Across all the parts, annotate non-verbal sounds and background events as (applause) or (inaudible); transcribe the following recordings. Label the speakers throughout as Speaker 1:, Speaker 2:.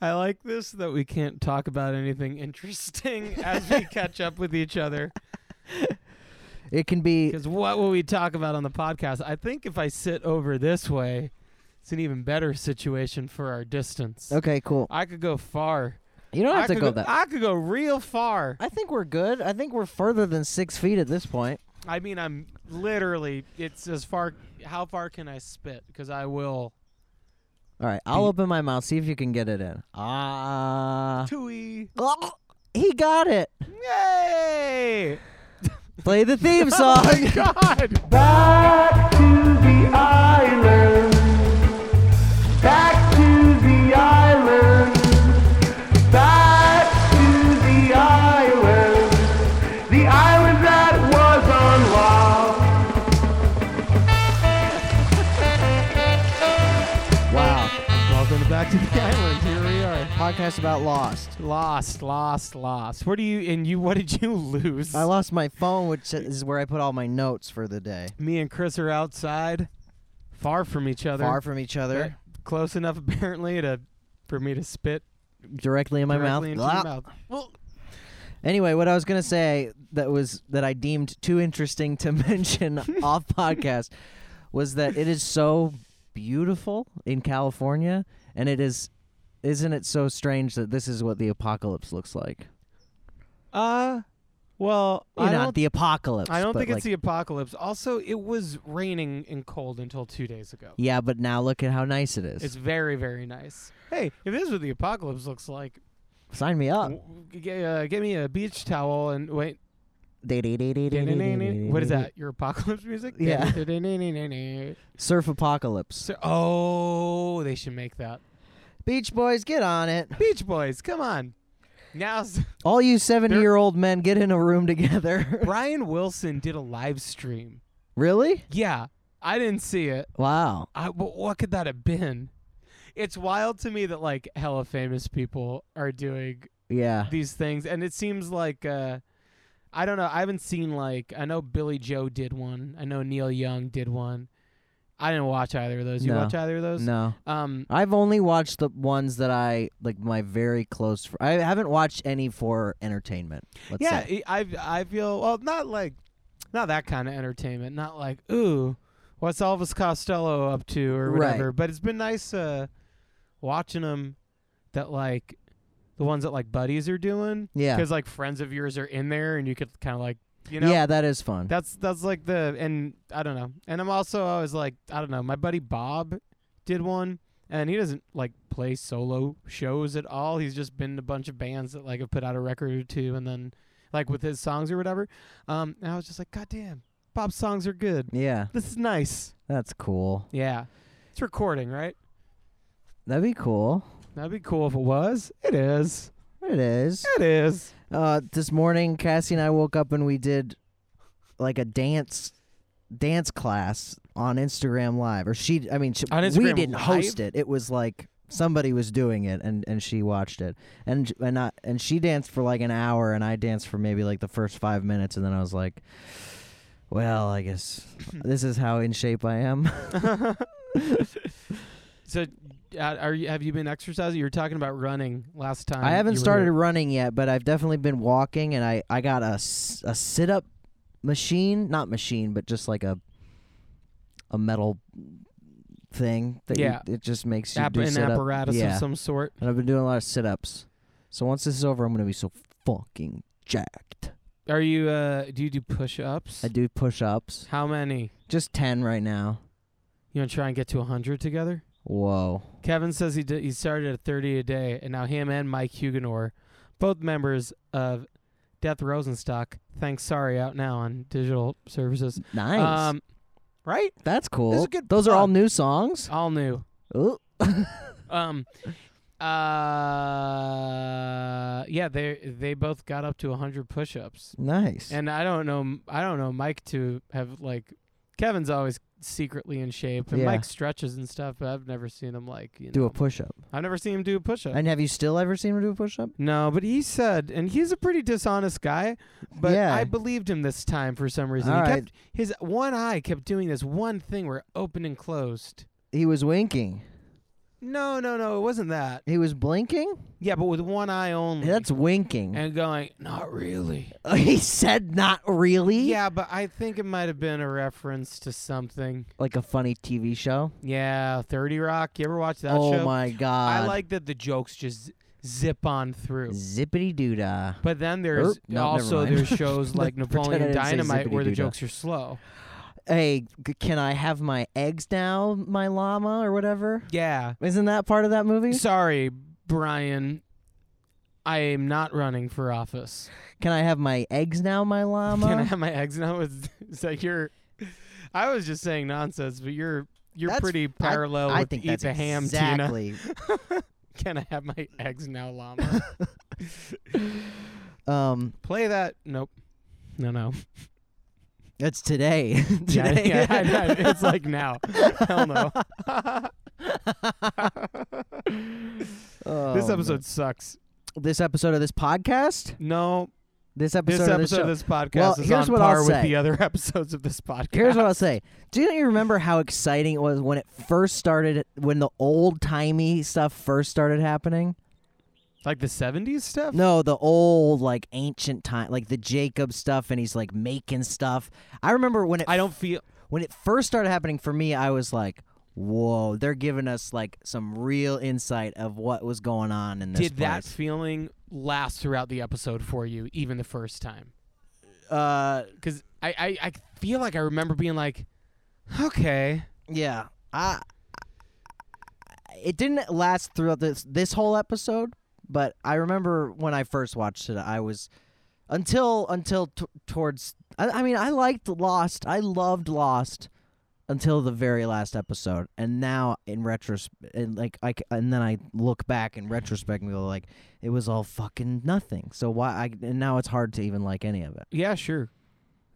Speaker 1: I like this that we can't talk about anything (laughs) interesting as we catch up with each other.
Speaker 2: It can be
Speaker 1: Because what will we talk about on the podcast? I think if I sit over this way, it's an even better situation for our distance.
Speaker 2: okay. Cool.
Speaker 1: I could go far.
Speaker 2: You don't have
Speaker 1: I
Speaker 2: to
Speaker 1: could
Speaker 2: go that.
Speaker 1: I could go real far.
Speaker 2: I think we're good. I think we're further than six feet at this point.
Speaker 1: I mean, I'm literally. It's as far. How far can I spit? Because I will.
Speaker 2: All right, I'll
Speaker 1: Be-
Speaker 2: open my mouth. See if you can get it in. Ah.
Speaker 1: Tui.
Speaker 2: He got it.
Speaker 1: Yay! (laughs)
Speaker 2: Play the theme song.
Speaker 1: God.
Speaker 3: Back to the island. Back to the island. Back to the island. The island that was unloved.
Speaker 2: wow.
Speaker 1: Welcome to back to the island. Here we are.
Speaker 2: (laughs) Podcast about Lost.
Speaker 1: Lost, lost, lost. What do you and you? What did you (laughs) lose?
Speaker 2: I lost my phone, which is where I put all my notes for the day.
Speaker 1: Me and Chris are outside, far from each other.
Speaker 2: Far from each other,
Speaker 1: But Close enough (laughs) apparently to for me to spit
Speaker 2: directly in my
Speaker 1: directly into
Speaker 2: mouth.
Speaker 1: your
Speaker 2: Blah.
Speaker 1: mouth. Well,
Speaker 2: Anyway, what I was gonna say that was that I deemed too interesting to (laughs) mention
Speaker 1: (laughs)
Speaker 2: off podcast was that it is so beautiful in California, and it is, isn't it so strange that this is what the apocalypse looks like?
Speaker 1: uh, well,
Speaker 2: Well,
Speaker 1: I
Speaker 2: not
Speaker 1: don't,
Speaker 2: the apocalypse.
Speaker 1: I don't
Speaker 2: but
Speaker 1: think
Speaker 2: like,
Speaker 1: it's the apocalypse. Also, it was raining and cold until two days ago.
Speaker 2: Yeah, but now look at how nice it is.
Speaker 1: It's very, very nice. Hey, if this is what the apocalypse looks like,
Speaker 2: Sign me up.
Speaker 1: w- g- uh, get me a beach towel and
Speaker 2: (laughs)
Speaker 1: wait. What
Speaker 2: What
Speaker 1: is that? Your apocalypse music? (laughs)
Speaker 2: (laughs)
Speaker 1: Yeah.
Speaker 2: Surf apocalypse.
Speaker 1: So, oh, they should make that.
Speaker 2: Beach Boys, get
Speaker 1: (laughs)
Speaker 2: on it.
Speaker 1: Beach Boys, come on. Now, (laughs) s-
Speaker 2: All you seventy-year-old men, get in a room together.
Speaker 1: Brian Wilson did a live stream.
Speaker 2: (laughs) really?
Speaker 1: Yeah, I didn't see it.
Speaker 2: Wow.
Speaker 1: I, but what could that have been? It's wild to me that like hella famous people are doing
Speaker 2: Yeah.
Speaker 1: these things, and it seems like uh, I don't know. I haven't seen like I know Billy Joe did one. I know Neil Young did one. I didn't watch either of those. You
Speaker 2: No.
Speaker 1: watch either of those?
Speaker 2: No,
Speaker 1: Um,
Speaker 2: I've only watched the ones that I like. My very close. Fr- I haven't watched any for entertainment. Let's
Speaker 1: yeah, e,
Speaker 2: say.
Speaker 1: I I I feel well, not like not that kind of entertainment, not like ooh, what's Elvis Costello up to or
Speaker 2: Right.
Speaker 1: whatever. But it's been nice uh, watching them that like the ones that like buddies are doing
Speaker 2: Yeah.
Speaker 1: because like friends of yours are in there and you could kind of like you know
Speaker 2: yeah, that is fun.
Speaker 1: that's that's like the and I don't know and I'm also always like I don't know my buddy Bob did one and he doesn't like play solo shows at all he's just been in a bunch of bands that like have put out a record or two and then like with his songs or whatever um and I was just like god damn Bob's songs are good
Speaker 2: yeah,
Speaker 1: this is nice
Speaker 2: that's cool.
Speaker 1: yeah it's recording right
Speaker 2: That'd be cool.
Speaker 1: that'd be cool if it was it is
Speaker 2: It is.
Speaker 1: it is
Speaker 2: (laughs) Uh, this morning, Cassie and I woke up and we did like a dance dance class on Instagram Live. Or she, I mean, she,
Speaker 1: On
Speaker 2: we
Speaker 1: Instagram
Speaker 2: didn't host
Speaker 1: Live?
Speaker 2: it. It was like somebody was doing it, and and she watched it, and and I, and she danced for like an hour, and I danced for maybe like the first five minutes, and then I was like, well,
Speaker 1: (laughs)
Speaker 2: I guess this is how in shape I am. (laughs)
Speaker 1: so uh, are you have you been exercising you were talking about running last time
Speaker 2: I
Speaker 1: you
Speaker 2: haven't
Speaker 1: were
Speaker 2: started
Speaker 1: here.
Speaker 2: running yet, but I've definitely been walking, and I I got a s- a sit up machine, not machine, but just like a a metal thing that you-
Speaker 1: Yeah.
Speaker 2: it just makes you
Speaker 1: App-
Speaker 2: do
Speaker 1: an
Speaker 2: sit-up.
Speaker 1: apparatus
Speaker 2: yeah.
Speaker 1: of some sort.
Speaker 2: and I've been doing a lot of sit ups. So once this is over, I'm gonna be so fucking jacked.
Speaker 1: Are you? Uh, do you do push-ups?
Speaker 2: I do push ups,
Speaker 1: How many?
Speaker 2: just ten right now.
Speaker 1: You want to try and get to a hundred together?
Speaker 2: Whoa,
Speaker 1: Kevin says he did, he started at thirty a day, and now him and Mike Huguenor, both members of Death Rosenstock, thanks sorry out now on digital services.
Speaker 2: nice.
Speaker 1: Um, right?
Speaker 2: That's cool.
Speaker 1: good
Speaker 2: Those are all
Speaker 1: fun.
Speaker 2: new songs.
Speaker 1: All new.
Speaker 2: Ooh. (laughs)
Speaker 1: Um, uh, yeah, they they both got up to a hundred push-ups.
Speaker 2: nice.
Speaker 1: And I don't know. I don't know Mike to have like. Kevin's always secretly in shape, and
Speaker 2: Yeah.
Speaker 1: Mike stretches and stuff. But I've never seen him like you
Speaker 2: do
Speaker 1: know.
Speaker 2: a push up.
Speaker 1: I've never seen him do a push-up.
Speaker 2: And have you still ever seen him do a push up?
Speaker 1: no, but he said, and he's a pretty dishonest guy. But
Speaker 2: Yeah.
Speaker 1: I believed him this time for some reason.
Speaker 2: All
Speaker 1: he
Speaker 2: right.
Speaker 1: kept his one eye kept doing this one thing where it opened and closed.
Speaker 2: He was winking.
Speaker 1: No, no, no. It wasn't that.
Speaker 2: He was blinking?
Speaker 1: Yeah, but with one eye only.
Speaker 2: That's winking.
Speaker 1: Mm. and going, not really.
Speaker 2: (laughs) he said not really?
Speaker 1: Yeah, but I think it might have been a reference to something.
Speaker 2: Like a funny TV show?
Speaker 1: Yeah, 30 Rock. You ever watch that
Speaker 2: oh
Speaker 1: show?
Speaker 2: my god.
Speaker 1: I like that the jokes just zip on through.
Speaker 2: Zippity doo dah.
Speaker 1: But then there's
Speaker 2: Er, no, never
Speaker 1: also
Speaker 2: mind.
Speaker 1: there's shows like
Speaker 2: (laughs) Pretend I
Speaker 1: Napoleon
Speaker 2: didn't say
Speaker 1: Dynamite where the
Speaker 2: zippity-doo-dah.
Speaker 1: jokes are slow.
Speaker 2: Hey, g- can I have my eggs now, my llama or whatever?
Speaker 1: Yeah.
Speaker 2: Isn't that part of that movie?
Speaker 1: Sorry, Brian. I am not running for office.
Speaker 2: Can I have my eggs now, my llama?
Speaker 1: Can I have my eggs now? It's, it's like you're. I was just saying nonsense, but you're you're
Speaker 2: That's-
Speaker 1: pretty
Speaker 2: I-
Speaker 1: parallel
Speaker 2: I
Speaker 1: with
Speaker 2: think
Speaker 1: eat
Speaker 2: that's
Speaker 1: the ham, Tina.
Speaker 2: exactly.
Speaker 1: (laughs) Can I have my eggs now,
Speaker 2: (laughs)
Speaker 1: llama?
Speaker 2: um,
Speaker 1: Play that. Nope. No, no.
Speaker 2: that's today. (laughs)
Speaker 1: (laughs) Yeah,
Speaker 2: today.
Speaker 1: yeah, I know. it's like now. Hell no. this
Speaker 2: (laughs) Oh,
Speaker 1: episode sucks.
Speaker 2: no. This episode of this podcast.
Speaker 1: No,
Speaker 2: This
Speaker 1: this
Speaker 2: episode of
Speaker 1: episode
Speaker 2: this show.
Speaker 1: of this podcast
Speaker 2: Well,
Speaker 1: is
Speaker 2: here's
Speaker 1: on
Speaker 2: what I'll
Speaker 1: par with
Speaker 2: say.
Speaker 1: the other (laughs) episodes of this podcast.
Speaker 2: Here's what I'll say. Do you remember how exciting it was when it first started, when the old timey stuff first started happening?
Speaker 1: like the '70s stuff.
Speaker 2: No, the old, like, ancient time, like the Jacob stuff, and he's, like, making stuff. I remember when it,
Speaker 1: I don't feel.
Speaker 2: when it first started happening for me, I was like, whoa, they're giving us, like, some real insight of what was going on in this
Speaker 1: Did that
Speaker 2: place.
Speaker 1: feeling last throughout the episode for you, even the first time?
Speaker 2: Uh,
Speaker 1: Because I, I, I feel like I remember being like, okay,
Speaker 2: yeah. I, I- it didn't last throughout this, this whole episode, but I remember when I first watched it, I was until until t- towards. I, I mean, I liked Lost. I loved Lost until the very last episode, and now in retrospect, and like I c- and then I look back in retrospect and go like, it was all fucking nothing. So why? I and now it's hard to even like any of it.
Speaker 1: yeah, sure.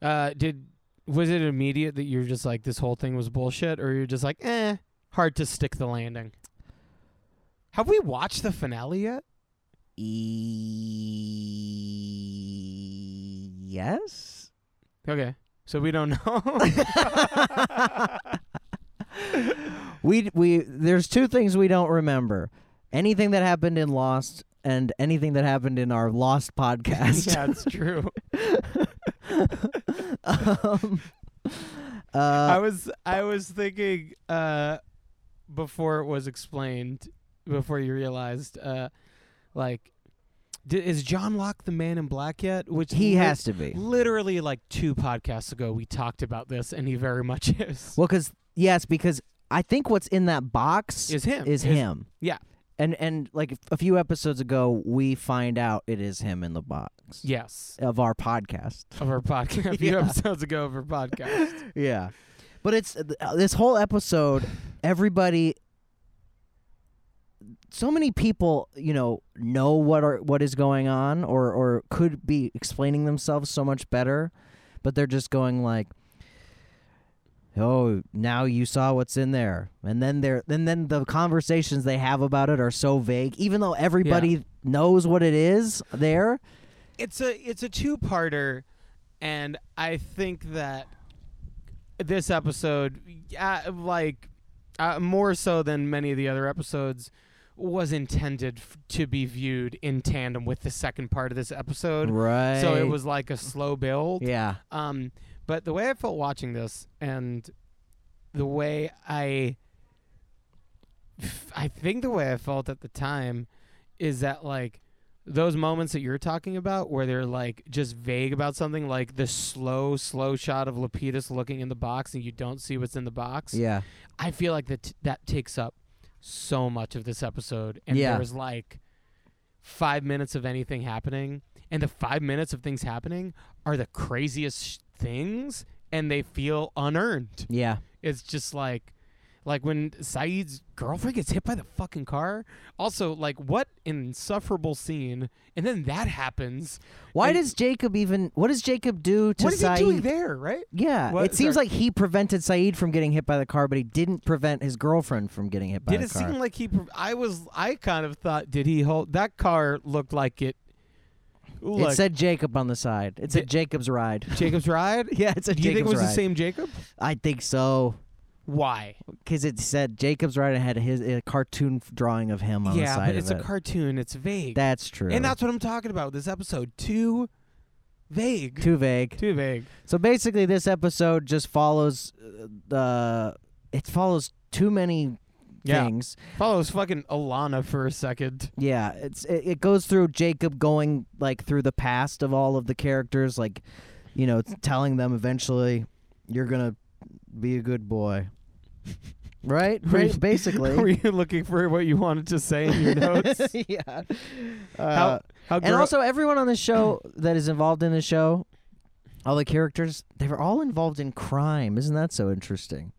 Speaker 1: Uh, did was it immediate that you're just like this whole thing was bullshit, or you're just like, eh, hard to stick the landing? Have we watched the finale yet?
Speaker 2: E- yes.
Speaker 1: Okay, so we don't
Speaker 2: (laughs)
Speaker 1: know.
Speaker 2: (laughs) we we there's two things we don't remember. Anything that happened in Lost and anything that happened in our Lost podcast.
Speaker 1: yeah, it's true.
Speaker 2: (laughs) um,
Speaker 1: I
Speaker 2: uh,
Speaker 1: was I was thinking uh, before it was explained, before you realized, uh, like, d- is John Locke the Man in Black yet? Which
Speaker 2: he
Speaker 1: lit-
Speaker 2: has to be.
Speaker 1: Literally, like two podcasts ago, we talked about this, and he very much (laughs) is.
Speaker 2: Well, cuz yes, because I think what's in that box
Speaker 1: is him?
Speaker 2: is him.
Speaker 1: yeah.
Speaker 2: And and like a few episodes ago, we find out it is him in the box
Speaker 1: Yes,
Speaker 2: of our podcast.
Speaker 1: of our podcast. A
Speaker 2: (laughs)
Speaker 1: few
Speaker 2: Yeah.
Speaker 1: episodes ago, of our
Speaker 2: (laughs)
Speaker 1: podcast.
Speaker 2: yeah but it's uh, this whole episode everybody so many people you know know what are what is going on or or could be explaining themselves so much better but they're just going like oh now you saw what's in there and then they're and then the conversations they have about it are so vague even though everybody knows what it is there
Speaker 1: it's a it's a two parter, and I think that this episode, uh, like uh, more so than many of the other episodes, was intended f- to be viewed in tandem with the second part of this episode.
Speaker 2: right
Speaker 1: So it was like a slow build.
Speaker 2: yeah
Speaker 1: Um, but the way I felt watching this, and the way I, I think the way I felt at the time, is that like those moments that you're talking about, where they're like just vague about something, like the slow, slow shot of Lapidus looking in the box, and you don't see what's in the box.
Speaker 2: yeah
Speaker 1: I feel like that that takes up so much of this episode, and
Speaker 2: Yeah.
Speaker 1: there's like five minutes of anything happening, and the five minutes of things happening are the craziest sh- things, and they feel unearned.
Speaker 2: yeah
Speaker 1: It's just like, like when Saeed's girlfriend gets hit by the fucking car. Also, like what an insufferable scene, and then that happens.
Speaker 2: Why
Speaker 1: And-
Speaker 2: does Jacob even? What does Jacob do to
Speaker 1: what is
Speaker 2: Saeed?
Speaker 1: he doing there? Right?
Speaker 2: Yeah,
Speaker 1: What-
Speaker 2: it seems
Speaker 1: sorry.
Speaker 2: like he prevented Saeed from getting hit by the car, but he didn't prevent his girlfriend from getting hit by
Speaker 1: did
Speaker 2: the
Speaker 1: it
Speaker 2: car.
Speaker 1: seem like he pre- i was i kind of thought did he hold that car looked like it
Speaker 2: it
Speaker 1: look,
Speaker 2: said Jacob on the side. It said
Speaker 1: Did-
Speaker 2: Jacob's ride. (laughs)
Speaker 1: jacob's ride
Speaker 2: yeah, it said
Speaker 1: do you think it
Speaker 2: Jacob's
Speaker 1: was
Speaker 2: ride.
Speaker 1: the same jacob
Speaker 2: I think so.
Speaker 1: Why?
Speaker 2: because it said Jacob's Ride and had his a cartoon f- drawing of him on the
Speaker 1: yeah,
Speaker 2: side
Speaker 1: but it's
Speaker 2: of
Speaker 1: a
Speaker 2: it.
Speaker 1: cartoon. It's vague.
Speaker 2: That's true.
Speaker 1: And that's what I'm talking about. This episode too vague.
Speaker 2: too vague.
Speaker 1: Too vague.
Speaker 2: So basically, this episode just follows uh, the. It follows too many
Speaker 1: Yeah.
Speaker 2: things.
Speaker 1: Follows fucking Alana for a second. (laughs)
Speaker 2: Yeah, it's it, it goes through Jacob going like through the past of all of the characters, like you know, t- telling them eventually you're gonna be a good boy, (laughs) right?
Speaker 1: Were you-
Speaker 2: Ba- Basically,
Speaker 1: Were you looking for what you wanted to say in
Speaker 2: (laughs)
Speaker 1: your notes?
Speaker 2: yeah.
Speaker 1: how, how
Speaker 2: Uh, and
Speaker 1: grow-
Speaker 2: also everyone on the show that is involved in the show all the characters they were all involved in crime isn't that so interesting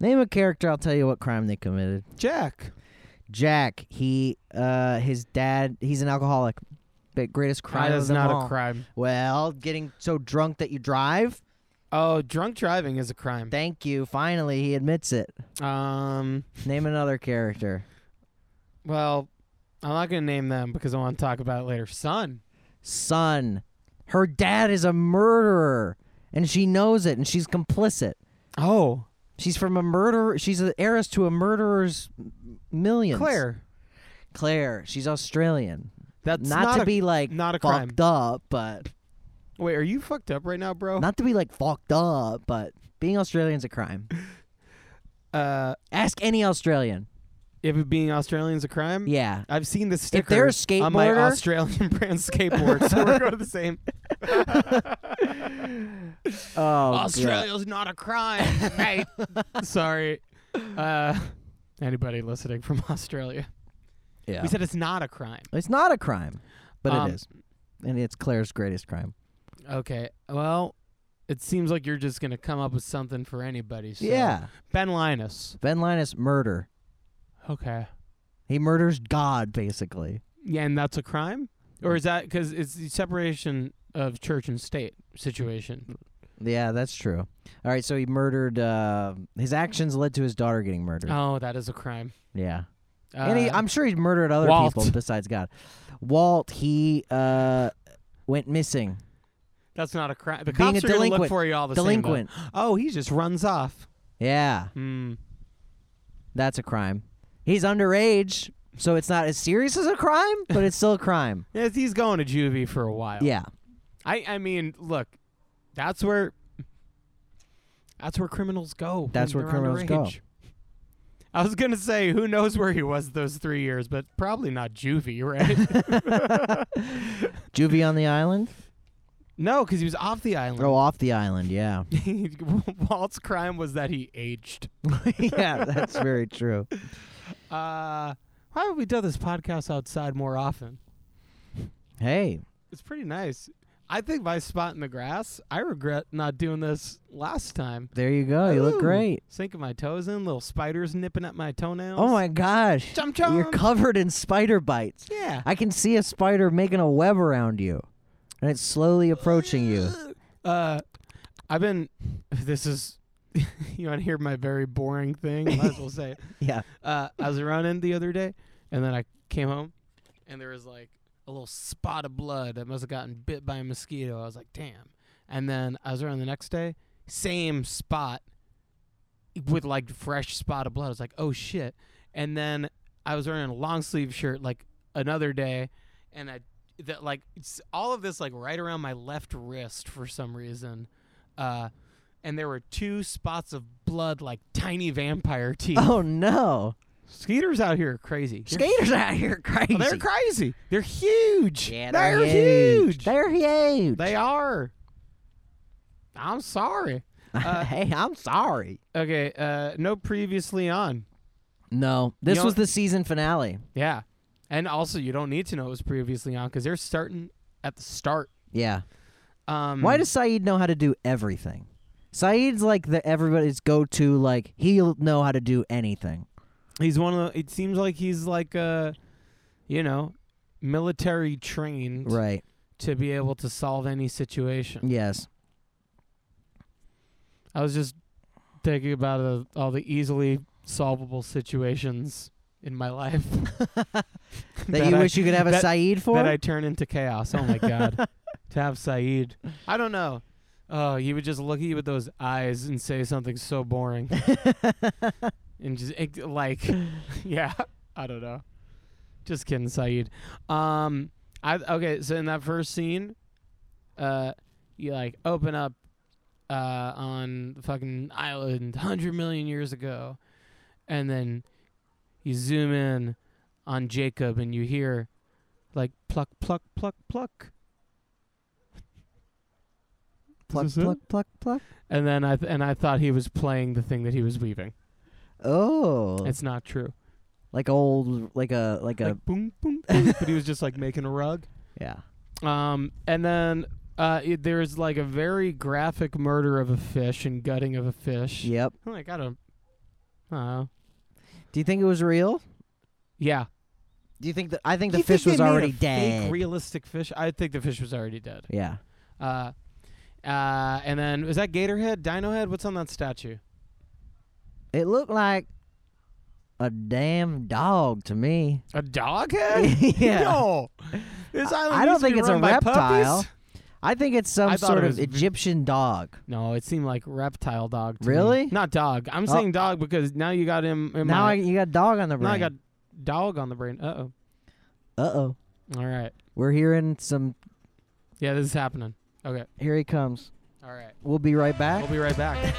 Speaker 2: name a character i'll tell you what crime they committed
Speaker 1: Jack.
Speaker 2: jack he uh his dad he's an alcoholic but greatest crime
Speaker 1: That
Speaker 2: of
Speaker 1: is
Speaker 2: them
Speaker 1: not
Speaker 2: all.
Speaker 1: a crime.
Speaker 2: well getting so drunk that you drive
Speaker 1: Oh, drunk driving is a crime.
Speaker 2: thank you finally he admits it
Speaker 1: Um,
Speaker 2: name another character
Speaker 1: well, I'm not gonna name them because I want to talk about it later. Son.
Speaker 2: son her dad is a murderer and she knows it and she's complicit
Speaker 1: Oh,
Speaker 2: She's from a murderer. She's the heiress to a murderer's millions.
Speaker 1: Claire.
Speaker 2: Claire. She's Australian.
Speaker 1: That's
Speaker 2: not, to
Speaker 1: a-
Speaker 2: be like
Speaker 1: not a crime.
Speaker 2: fucked up, but
Speaker 1: Wait, are you fucked up right now, bro?
Speaker 2: not to be like fucked up, but being Australian's a crime.
Speaker 1: uh,
Speaker 2: Ask any Australian.
Speaker 1: if it being Australian's a crime.
Speaker 2: Yeah.
Speaker 1: I've seen this sticker
Speaker 2: they're a
Speaker 1: on my
Speaker 2: skateboarder-
Speaker 1: Australian (laughs) brand skateboard, so we're going to the same.
Speaker 2: (laughs) Oh,
Speaker 1: Australia's not a crime,
Speaker 2: (laughs)
Speaker 1: mate. Sorry, uh, anybody listening from (laughs) Australia.
Speaker 2: yeah.
Speaker 1: We said it's not a crime.
Speaker 2: it's not a crime, but
Speaker 1: Um,
Speaker 2: it is, and it's Claire's greatest crime.
Speaker 1: Okay. Well, it seems like you're just gonna come up with something for anybody. So.
Speaker 2: Yeah.
Speaker 1: Ben Linus.
Speaker 2: Ben Linus murder.
Speaker 1: Okay.
Speaker 2: He murders God basically.
Speaker 1: Yeah, and that's a crime, or is that because it's the separation of church and state situation?
Speaker 2: Yeah, that's true. All right, so he murdered. Uh, his actions led to his daughter getting murdered.
Speaker 1: Oh, that is a crime.
Speaker 2: yeah.
Speaker 1: Uh,
Speaker 2: And he, I'm sure he's murdered other
Speaker 1: Walt.
Speaker 2: people besides God. Walt, he uh, went missing.
Speaker 1: that's not a crime. The
Speaker 2: being
Speaker 1: cops
Speaker 2: a
Speaker 1: are gonna look
Speaker 2: delinquent-
Speaker 1: for you all the
Speaker 2: Delinquent.
Speaker 1: same. though. Oh, he just runs off.
Speaker 2: Yeah,
Speaker 1: Hmm.
Speaker 2: that's a crime. He's underage, so it's not as serious as a crime, but it's still
Speaker 1: (laughs)
Speaker 2: a crime.
Speaker 1: Yes, he's going to juvie for a while.
Speaker 2: Yeah.
Speaker 1: I I mean, look, that's where that's where criminals go. when
Speaker 2: That's where
Speaker 1: they're
Speaker 2: criminals go.
Speaker 1: underage. I was gonna say, who knows where he was those three years, but probably not juvie,
Speaker 2: (laughs)
Speaker 1: right?
Speaker 2: Juvie on the island?
Speaker 1: no, because he was off the island.
Speaker 2: Oh, off the island, yeah. (laughs)
Speaker 1: (laughs) Walt's crime was that he aged.
Speaker 2: yeah, that's very true.
Speaker 1: Uh, why haven't we done this podcast outside more often?
Speaker 2: Hey,
Speaker 1: It's pretty nice. I think my spot in the grass. I regret not doing this last time.
Speaker 2: there you go. You look
Speaker 1: Ooh,
Speaker 2: great.
Speaker 1: Sinking my toes in, little spiders nipping at my toenails.
Speaker 2: Oh my gosh.
Speaker 1: Chum
Speaker 2: You're
Speaker 1: chum.
Speaker 2: covered in spider bites.
Speaker 1: Yeah.
Speaker 2: I can see a spider making a web around you, and it's slowly approaching you.
Speaker 1: Uh, I've been. This is. (laughs) you want to hear my very boring thing? Might as well say. it.
Speaker 2: Yeah.
Speaker 1: Uh, I was running the other day, and then I came home, and there was like a little spot of blood. I must have gotten bit by a mosquito. I was like, damn. And then I was running the next day, same spot, with like fresh spot of blood. I was like, oh shit. And then I was wearing a long sleeve shirt like another day, and I that like it's all of this like right around my left wrist for some reason, uh, and there were two spots of blood like tiny vampire (laughs) teeth.
Speaker 2: Oh no.
Speaker 1: Skeeters out here are crazy. They're-
Speaker 2: Skaters out here crazy.
Speaker 1: Oh, they're crazy. They're huge.
Speaker 2: Yeah,
Speaker 1: they're, huge.
Speaker 2: They're huge.
Speaker 1: They are. I'm sorry. uh,
Speaker 2: (laughs) hey, I'm sorry.
Speaker 1: Okay, uh, no previously on.
Speaker 2: No, this
Speaker 1: You
Speaker 2: was
Speaker 1: don't-
Speaker 2: the season finale.
Speaker 1: Yeah. And also, you don't need to know it was previously on because they're starting at the start.
Speaker 2: Yeah.
Speaker 1: Um,
Speaker 2: Why does Saeed know how to do everything? Saeed's like the everybody's go-to. Like he'll know how to do anything.
Speaker 1: he's one of the, it seems like he's like a, you know, military trained
Speaker 2: (laughs) Right.
Speaker 1: to be able to solve any situation.
Speaker 2: (laughs) Yes.
Speaker 1: I was just thinking about uh, all the easily solvable situations in my life (laughs)
Speaker 2: That, you
Speaker 1: I-
Speaker 2: wish you could have a
Speaker 1: that-
Speaker 2: Saeed for.
Speaker 1: that I turn into chaos. Oh my god, to have Saeed. I don't know. Oh, he would just look at you with those eyes and say something so boring, and just it, like, (laughs) yeah, I don't know. Just kidding, Saeed. Um, I okay. So in that first scene, uh, you like open up, uh, on the fucking island hundred million years ago, and then you zoom in on Jacob and you hear, like, pluck, pluck, pluck, pluck.
Speaker 2: pluck,
Speaker 1: this it?
Speaker 2: pluck, pluck, pluck.
Speaker 1: And then I th- and I thought he was playing the thing that he was weaving.
Speaker 2: Oh,
Speaker 1: It's not true.
Speaker 2: like old, like a, like a,
Speaker 1: Like boom, boom, (laughs) boom. but he was just like making a rug.
Speaker 2: yeah.
Speaker 1: Um, and then uh, it, there's like a very graphic murder of a fish and gutting of a fish.
Speaker 2: Yep.
Speaker 1: I'm like I don't. Oh.
Speaker 2: Do you think it was real?
Speaker 1: Yeah.
Speaker 2: Do you think that I think the
Speaker 1: You
Speaker 2: fish
Speaker 1: they
Speaker 2: was
Speaker 1: made a
Speaker 2: already
Speaker 1: fake
Speaker 2: dead?
Speaker 1: realistic fish. I think the fish was already dead.
Speaker 2: yeah.
Speaker 1: Uh, uh, and then is that gator head, dino head? What's on that statue?
Speaker 2: It looked like a damn dog to me.
Speaker 1: A dog head?
Speaker 2: (laughs) Yeah.
Speaker 1: No. This
Speaker 2: I-
Speaker 1: island
Speaker 2: I don't
Speaker 1: used to
Speaker 2: think
Speaker 1: be
Speaker 2: it's a
Speaker 1: run by
Speaker 2: reptile.
Speaker 1: puppies.
Speaker 2: I think it's some
Speaker 1: I thought
Speaker 2: sort
Speaker 1: it
Speaker 2: of
Speaker 1: was v-
Speaker 2: Egyptian dog.
Speaker 1: No, it seemed like reptile dog. To me.
Speaker 2: Really?
Speaker 1: Not dog. I'm
Speaker 2: Oh.
Speaker 1: saying dog because now you got him. In
Speaker 2: Now
Speaker 1: my,
Speaker 2: I, you got dog on the
Speaker 1: now I
Speaker 2: brain.
Speaker 1: got dog on the brain. Uh oh.
Speaker 2: Uh oh.
Speaker 1: All right.
Speaker 2: We're hearing some.
Speaker 1: Yeah, this is happening. Okay.
Speaker 2: Here he comes.
Speaker 1: All right.
Speaker 2: We'll be right back.
Speaker 1: We'll be right (laughs) back.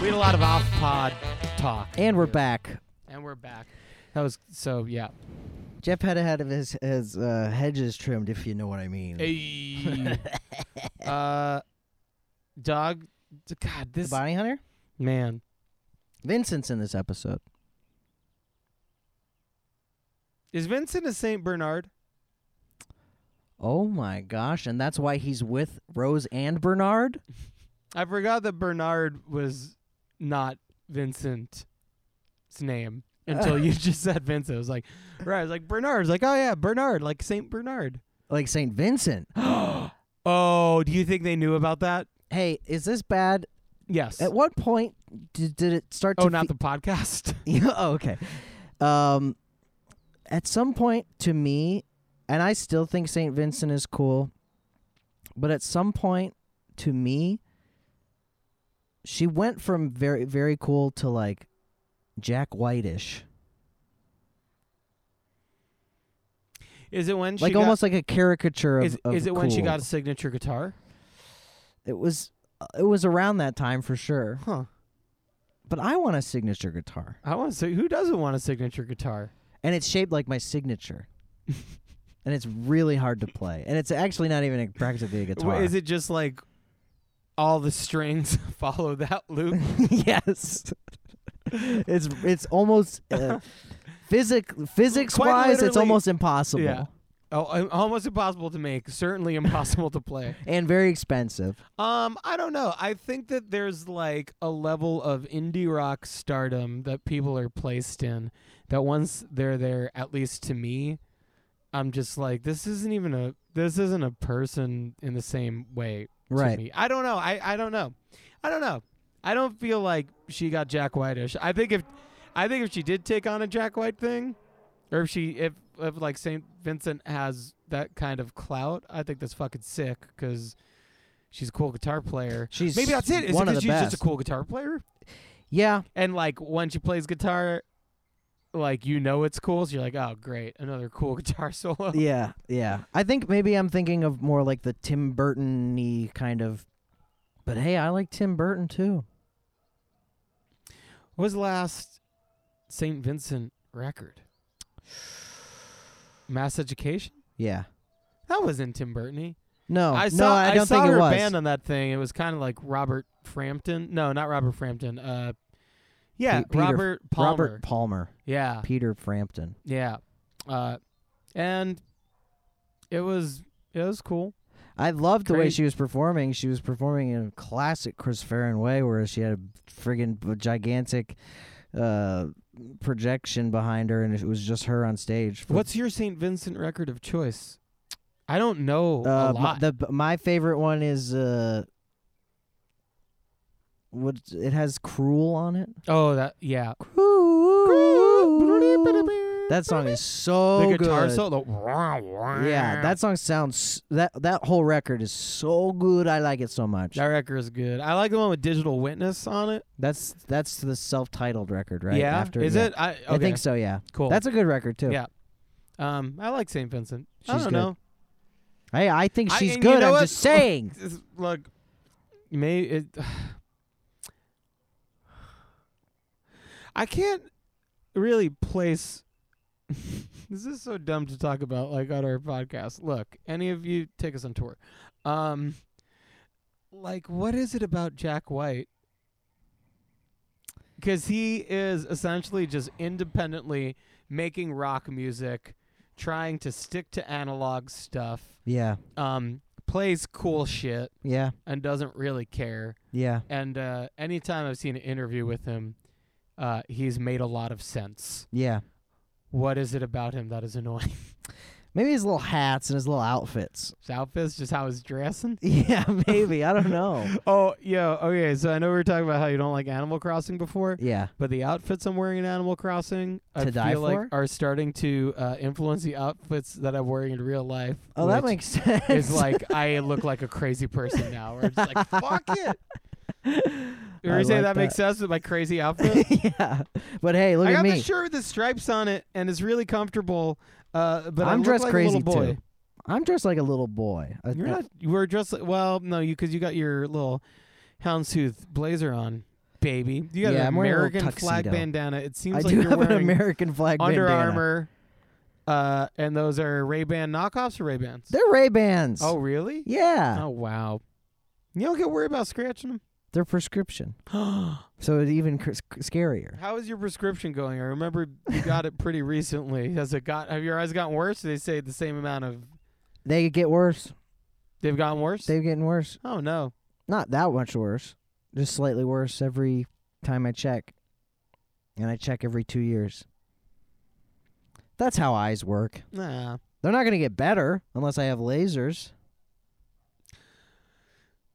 Speaker 1: we had a lot of off pod talk.
Speaker 2: and we're back.
Speaker 1: And we're back. That was so yeah.
Speaker 2: Jeff had ahead of his his uh, hedges trimmed, if you know what I mean.
Speaker 1: (laughs) Hey. uh, dog. d- God,
Speaker 2: The
Speaker 1: this
Speaker 2: bounty hunter.
Speaker 1: man.
Speaker 2: Vincent's in this episode.
Speaker 1: Is Vincent a Saint Bernard?
Speaker 2: Oh my gosh! And that's why he's with Rose
Speaker 1: (laughs)
Speaker 2: and Bernard.
Speaker 1: I forgot that Bernard was not Vincent's (laughs) name until you just said Vincent. I was like, right. I was like Bernard's like, oh yeah, Bernard, like Saint Bernard.
Speaker 2: Like Saint Vincent. (gasps)
Speaker 1: Oh, do you think they knew about that?
Speaker 2: Hey, is this bad?
Speaker 1: Yes.
Speaker 2: At what point did, did it start
Speaker 1: oh,
Speaker 2: to
Speaker 1: not the podcast. (laughs)
Speaker 2: (laughs) Yeah, oh, okay. Um, at some point, to me, and I still think St. Vincent is cool, but at some point, to me, she went from very, very cool to like Jack Whitish,
Speaker 1: Is it when she
Speaker 2: like
Speaker 1: got,
Speaker 2: almost like a caricature of.
Speaker 1: is,
Speaker 2: of
Speaker 1: is it when she
Speaker 2: cool.
Speaker 1: got a signature guitar?
Speaker 2: It was, uh, it was around that time for sure.
Speaker 1: Huh.
Speaker 2: But I want a signature guitar,
Speaker 1: I want to say who doesn't want a signature guitar?
Speaker 2: and it's shaped like my signature. (laughs) And it's really hard to play, and it's actually not even a- practically a
Speaker 1: W-
Speaker 2: guitar.
Speaker 1: Is
Speaker 2: (laughs)
Speaker 1: it just like all the strings (laughs) follow that loop?
Speaker 2: yes. it's it's almost uh, physic physics
Speaker 1: Quite
Speaker 2: wise, it's
Speaker 1: literally-
Speaker 2: almost impossible
Speaker 1: Yeah. Oh, uh, almost impossible to make. Certainly impossible to play.
Speaker 2: and very expensive.
Speaker 1: Um, I don't know. I think that there's like a level of indie rock stardom that people are placed in that once they're there, at least to me, I'm just like, this isn't even a this isn't a person in the same way to
Speaker 2: Right.
Speaker 1: me. I don't know. I, I don't know. I don't know. I don't feel like she got Jack Whitish. I think if I think if she did take on a Jack White thing, or if she if, if like St. Vincent has that kind of clout, I think that's fucking sick because she's a cool guitar player.
Speaker 2: She's
Speaker 1: Maybe that's it. Is
Speaker 2: one
Speaker 1: it 'cause
Speaker 2: of the
Speaker 1: she's
Speaker 2: best.
Speaker 1: just a cool guitar player? (laughs)
Speaker 2: Yeah.
Speaker 1: And like when she plays guitar, like you know it's cool. So you're like, oh great, another cool (laughs) guitar solo.
Speaker 2: Yeah. Yeah. I think maybe I'm thinking of more like the Tim Burton y kind of but hey, I like Tim Burton too.
Speaker 1: What was the last St. Vincent record? Mass Education?
Speaker 2: Yeah.
Speaker 1: That wasn't Tim Burton.
Speaker 2: Oh, No,
Speaker 1: I
Speaker 2: no,
Speaker 1: saw
Speaker 2: I don't
Speaker 1: saw
Speaker 2: think
Speaker 1: her
Speaker 2: it was.
Speaker 1: band on that thing. It was kind of like Robert Frampton. No, not Robert Frampton. Uh, yeah,
Speaker 2: Pe- Peter-
Speaker 1: Robert Palmer.
Speaker 2: Robert Palmer,
Speaker 1: yeah,
Speaker 2: Peter Frampton.
Speaker 1: yeah, uh, and it was it was cool.
Speaker 2: I loved the way
Speaker 1: Great.
Speaker 2: she was performing. She was performing in a classic Chris Farron way, where she had a friggin' b- gigantic uh, projection behind her, and it was just her on stage. for-
Speaker 1: What's your St. Vincent record of choice? I don't know
Speaker 2: uh,
Speaker 1: a
Speaker 2: my,
Speaker 1: lot.
Speaker 2: the, my favorite one is uh, what it has cruel on it.
Speaker 1: Oh, that yeah.
Speaker 2: Cruel. That song is so
Speaker 1: the guitar
Speaker 2: good.
Speaker 1: solo.
Speaker 2: yeah, that song sounds that that whole record is so good. I like it so much.
Speaker 1: that record is good. I like the one with Digital Witness on it.
Speaker 2: That's that's the self-titled record, right?
Speaker 1: Yeah,
Speaker 2: After
Speaker 1: is
Speaker 2: the-
Speaker 1: it? I, okay.
Speaker 2: I think so. Yeah,
Speaker 1: Cool.
Speaker 2: that's a good record too.
Speaker 1: Yeah. um. I like Saint Vincent. I
Speaker 2: She's
Speaker 1: don't
Speaker 2: good.
Speaker 1: know.
Speaker 2: Hey, I think
Speaker 1: I-
Speaker 2: she's
Speaker 1: and you
Speaker 2: good.
Speaker 1: know
Speaker 2: I'm
Speaker 1: what? (laughs)
Speaker 2: just saying.
Speaker 1: It's- Look, may it. (sighs) I can't really place. (laughs) this is so dumb to talk about, like on our podcast. Look, any of you take us on tour. Um, like, what is it about Jack White? Because he is essentially just independently making rock music, trying to stick to analog stuff
Speaker 2: Yeah,
Speaker 1: um, plays cool shit
Speaker 2: yeah,
Speaker 1: and doesn't really care.
Speaker 2: yeah.
Speaker 1: And uh, anytime I've seen an interview with him, uh, he's made a lot of sense.
Speaker 2: Yeah.
Speaker 1: What is it about him that is annoying? (laughs)
Speaker 2: Maybe his little hats and his little outfits. (laughs)
Speaker 1: His outfits, just how he's dressing.
Speaker 2: Yeah, maybe. I don't know.
Speaker 1: (laughs) Oh, yo, okay. So I know we were talking about how you don't like Animal Crossing before,
Speaker 2: Yeah.
Speaker 1: but the outfits I'm wearing in Animal Crossing, I
Speaker 2: To
Speaker 1: feel
Speaker 2: die
Speaker 1: like,
Speaker 2: for?
Speaker 1: are starting to uh, influence the outfits that I'm wearing in real life.
Speaker 2: Oh, that
Speaker 1: which
Speaker 2: makes (laughs) sense.
Speaker 1: Is like I look like a crazy person now. Or it's like fuck it.
Speaker 2: (laughs)
Speaker 1: You
Speaker 2: I
Speaker 1: were saying
Speaker 2: like
Speaker 1: that makes sense with my crazy outfit?
Speaker 2: yeah. But hey, look
Speaker 1: I
Speaker 2: at
Speaker 1: got
Speaker 2: me.
Speaker 1: this shirt with the stripes on it, and it's really comfortable. Uh, but I
Speaker 2: I'm
Speaker 1: look
Speaker 2: dressed
Speaker 1: like a
Speaker 2: crazy
Speaker 1: little boy.
Speaker 2: too. I'm dressed like a little boy. I-
Speaker 1: You're
Speaker 2: I-
Speaker 1: not. You were dressed like, well. No, you because you got your little houndstooth blazer on, baby. You got
Speaker 2: Yeah,
Speaker 1: an
Speaker 2: I'm wearing a little
Speaker 1: American flag
Speaker 2: tuxedo.
Speaker 1: bandana. It seems
Speaker 2: I
Speaker 1: like
Speaker 2: do
Speaker 1: you're
Speaker 2: have an
Speaker 1: wearing
Speaker 2: American flag
Speaker 1: Under
Speaker 2: bandana.
Speaker 1: Armour, uh, and those are Ray Ban knockoffs or Ray Bans.
Speaker 2: They're Ray Bans.
Speaker 1: oh, really?
Speaker 2: yeah.
Speaker 1: Oh, wow. You don't get worried about scratching
Speaker 2: They're prescription,
Speaker 1: them.
Speaker 2: (gasps) so it's even cr- sc- scarier.
Speaker 1: How is your prescription going? I remember you got it pretty recently. Has it got? Have your eyes gotten worse? They say the same amount of.
Speaker 2: They get worse.
Speaker 1: They've gotten worse.
Speaker 2: They're getting worse.
Speaker 1: oh no!
Speaker 2: Not that much worse. Just slightly worse every time I check, and I check every two years. That's how eyes work.
Speaker 1: Nah.
Speaker 2: They're not gonna get better unless I have lasers.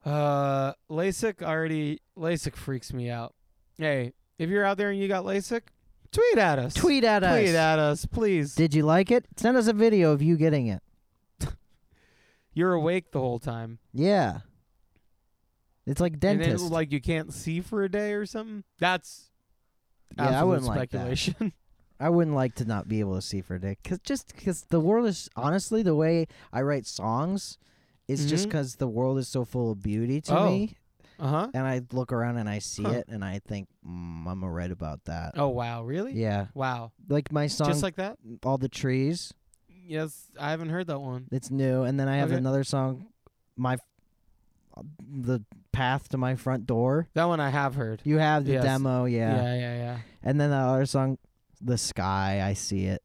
Speaker 1: Uh, LASIK already. LASIK freaks me out. Hey, if you're out there and you got LASIK, tweet at us.
Speaker 2: Tweet at us.
Speaker 1: Tweet at us, please.
Speaker 2: Did you like it? Send us a video of you getting it.
Speaker 1: you're awake the whole time.
Speaker 2: Yeah. It's like
Speaker 1: And then,
Speaker 2: dentist.
Speaker 1: like you can't see for a day or something. That's
Speaker 2: yeah, I
Speaker 1: absolute
Speaker 2: wouldn't like that.
Speaker 1: speculation. (laughs)
Speaker 2: I wouldn't like to not be able to see for a day, cause just cause the world is honestly the way I write songs is just
Speaker 1: Mhm.
Speaker 2: cause the world is so full of beauty to
Speaker 1: Oh.
Speaker 2: me,
Speaker 1: uh huh.
Speaker 2: and I look around and I see
Speaker 1: Huh.
Speaker 2: it, and I think mm, I'm gonna write about that.
Speaker 1: Oh wow, really?
Speaker 2: Yeah,
Speaker 1: Wow.
Speaker 2: like my song,
Speaker 1: Just like that?
Speaker 2: all the trees.
Speaker 1: Yes, I haven't heard that one.
Speaker 2: It's new, and then I have
Speaker 1: Okay.
Speaker 2: another song, my f- the path to my front door.
Speaker 1: That one I have heard.
Speaker 2: You have the
Speaker 1: Yes.
Speaker 2: demo, yeah.
Speaker 1: yeah, yeah. yeah.
Speaker 2: and then the other song, the sky. I see it.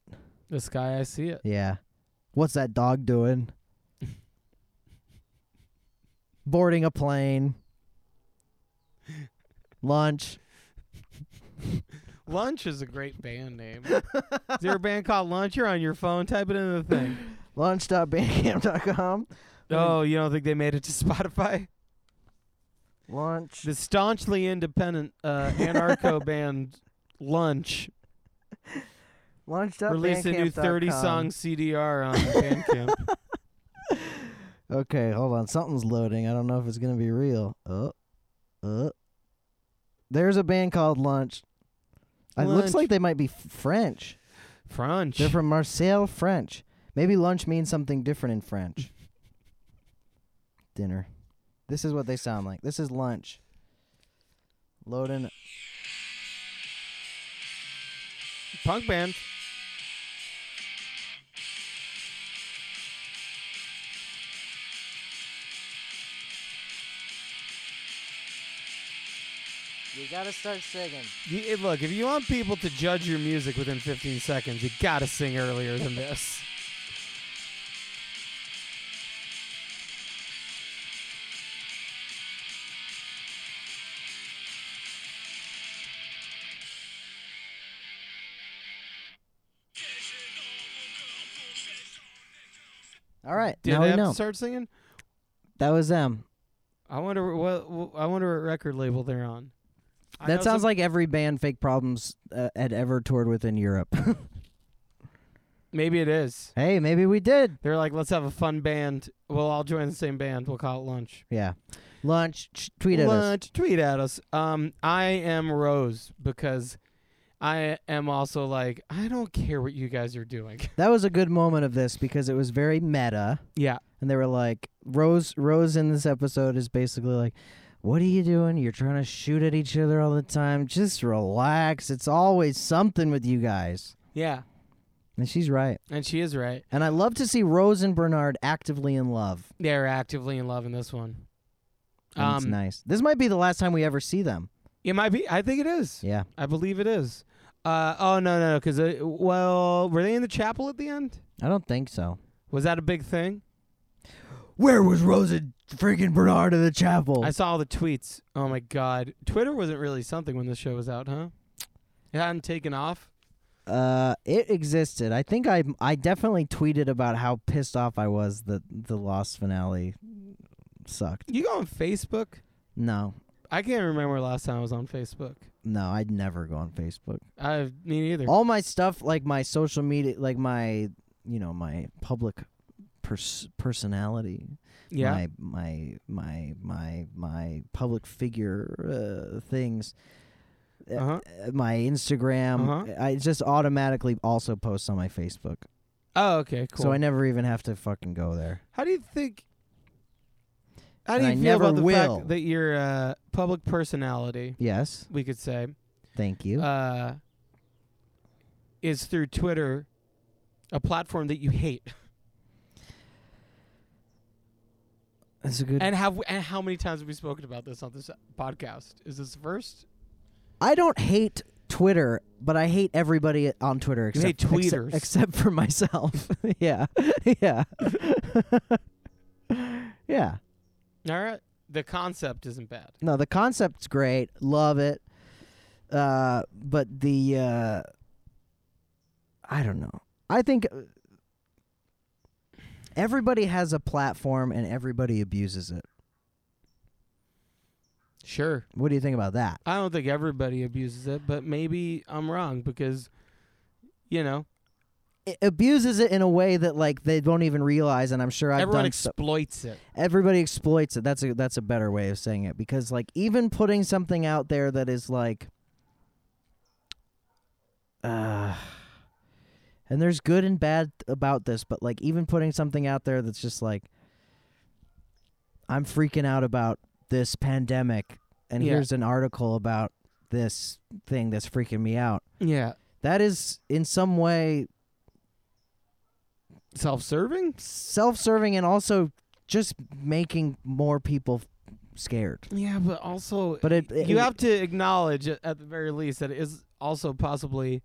Speaker 1: The sky, I see it.
Speaker 2: Yeah. What's that dog doing?
Speaker 1: (laughs)
Speaker 2: Boarding a plane. Lunch.
Speaker 1: Lunch is a great band name. (laughs) is there a band called Lunch? You're on your phone. Type it into the thing.
Speaker 2: Lunch.bandcamp.com.
Speaker 1: Oh, you don't think they made it to (laughs) Spotify?
Speaker 2: Lunch.
Speaker 1: The staunchly independent (laughs) uh, anarcho band Lunch
Speaker 2: Lunch.bandcamp.com.
Speaker 1: released a new 30 song CDR (laughs) on Bandcamp.
Speaker 2: Okay, hold on. Something's loading. I don't know if it's going to be real. Oh. Oh. There's a band called Lunch. It looks
Speaker 1: Lunch.
Speaker 2: like they might be f- French.
Speaker 1: French.
Speaker 2: They're from Marseille, French. Maybe lunch means something different in French. Dinner. This is what they sound like. This is lunch. Loading.
Speaker 1: Punk band.
Speaker 2: You gotta start singing.
Speaker 1: You, eh, look, if you want people to judge your music within 15 seconds, you gotta sing earlier than
Speaker 2: (laughs)
Speaker 1: this.
Speaker 2: All right.
Speaker 1: Did
Speaker 2: now
Speaker 1: they
Speaker 2: we
Speaker 1: have
Speaker 2: know.
Speaker 1: to start singing?
Speaker 2: that was them.
Speaker 1: I wonder what, what I wonder what record label they're on. I know
Speaker 2: That sounds
Speaker 1: some-
Speaker 2: like every band Fake Problems uh, had ever toured with in Europe.
Speaker 1: maybe it is.
Speaker 2: hey, maybe we did.
Speaker 1: They're like, let's have a fun band. We'll all join the same band. We'll call it lunch.
Speaker 2: Yeah. Lunch, sh- tweet at us.
Speaker 1: lunch. Tweet at us. Um, I am Rose because I am also like I don't care what you guys are doing. (laughs)
Speaker 2: That was a good moment of this because it was very meta.
Speaker 1: yeah,
Speaker 2: And they were like, Rose, Rose in this episode is basically like, what are you doing? You're trying to shoot at each other all the time. Just relax. It's always something with you guys.
Speaker 1: yeah,
Speaker 2: And she's right.
Speaker 1: and she is right.
Speaker 2: And I love to see Rose and Bernard actively in love.
Speaker 1: They're actively in love in this one.
Speaker 2: And it's
Speaker 1: Um,
Speaker 2: nice. This might be the last time we ever see them.
Speaker 1: it might be. I think it is.
Speaker 2: Yeah.
Speaker 1: I believe it is. Uh, oh no no because uh, well were they in the chapel at the end?
Speaker 2: I don't think so.
Speaker 1: Was that a big thing?
Speaker 2: Where was Rose and freaking Bernard in the chapel?
Speaker 1: I saw all the tweets. Oh my god, Twitter wasn't really something when the show was out, huh? It hadn't taken off.
Speaker 2: Uh, it existed. I think I I definitely tweeted about how pissed off I was that the Lost finale sucked.
Speaker 1: You go on Facebook.
Speaker 2: No,
Speaker 1: I can't remember last time I was on Facebook.
Speaker 2: no, I'd never go on Facebook.
Speaker 1: I me neither.
Speaker 2: All my stuff, like my social media, like my you know my public pers- personality,
Speaker 1: yeah,
Speaker 2: my my my my my public figure uh, things. uh,
Speaker 1: Uh-huh.
Speaker 2: uh, My Instagram,
Speaker 1: Uh-huh.
Speaker 2: I just automatically also post on my Facebook,
Speaker 1: Oh, okay, cool.
Speaker 2: so I never even have to fucking go there.
Speaker 1: how do you think? How do
Speaker 2: And
Speaker 1: you
Speaker 2: I
Speaker 1: feel
Speaker 2: never
Speaker 1: about the
Speaker 2: will.
Speaker 1: fact that your uh, public personality,
Speaker 2: Yes,
Speaker 1: we could say,
Speaker 2: thank you.
Speaker 1: uh, is through Twitter, a platform that you hate?
Speaker 2: That's a good.
Speaker 1: And have we, and how many times have we spoken about this on this podcast? Is this the first?
Speaker 2: I don't hate Twitter, but I hate everybody on Twitter
Speaker 1: You
Speaker 2: except
Speaker 1: hate
Speaker 2: exce-
Speaker 1: tweeters.
Speaker 2: except for myself. (laughs) yeah, yeah, yeah.
Speaker 1: All right, the concept isn't bad.
Speaker 2: No, the concept's great. Love it. Uh, but the uh, I don't know. I think uh, everybody has a platform and everybody abuses it.
Speaker 1: Sure.
Speaker 2: What do you think about that?
Speaker 1: I don't think everybody abuses it, but maybe I'm wrong because, you know,
Speaker 2: It abuses it in a way that like they don't even realize, and I'm sure I've
Speaker 1: everyone
Speaker 2: done so-
Speaker 1: exploits it.
Speaker 2: everybody exploits it. That's a that's a better way of saying it because like even putting something out there that is like uh and there's good and bad about this, but like even putting something out there that's just like I'm freaking out about this pandemic and
Speaker 1: Yeah.
Speaker 2: here's an article about this thing that's freaking me out.
Speaker 1: Yeah.
Speaker 2: That is in some way
Speaker 1: Self-serving?
Speaker 2: self-serving and also just making more people f- scared.
Speaker 1: Yeah, but also
Speaker 2: But it, it-
Speaker 1: you have to acknowledge at at the very least that it is also possibly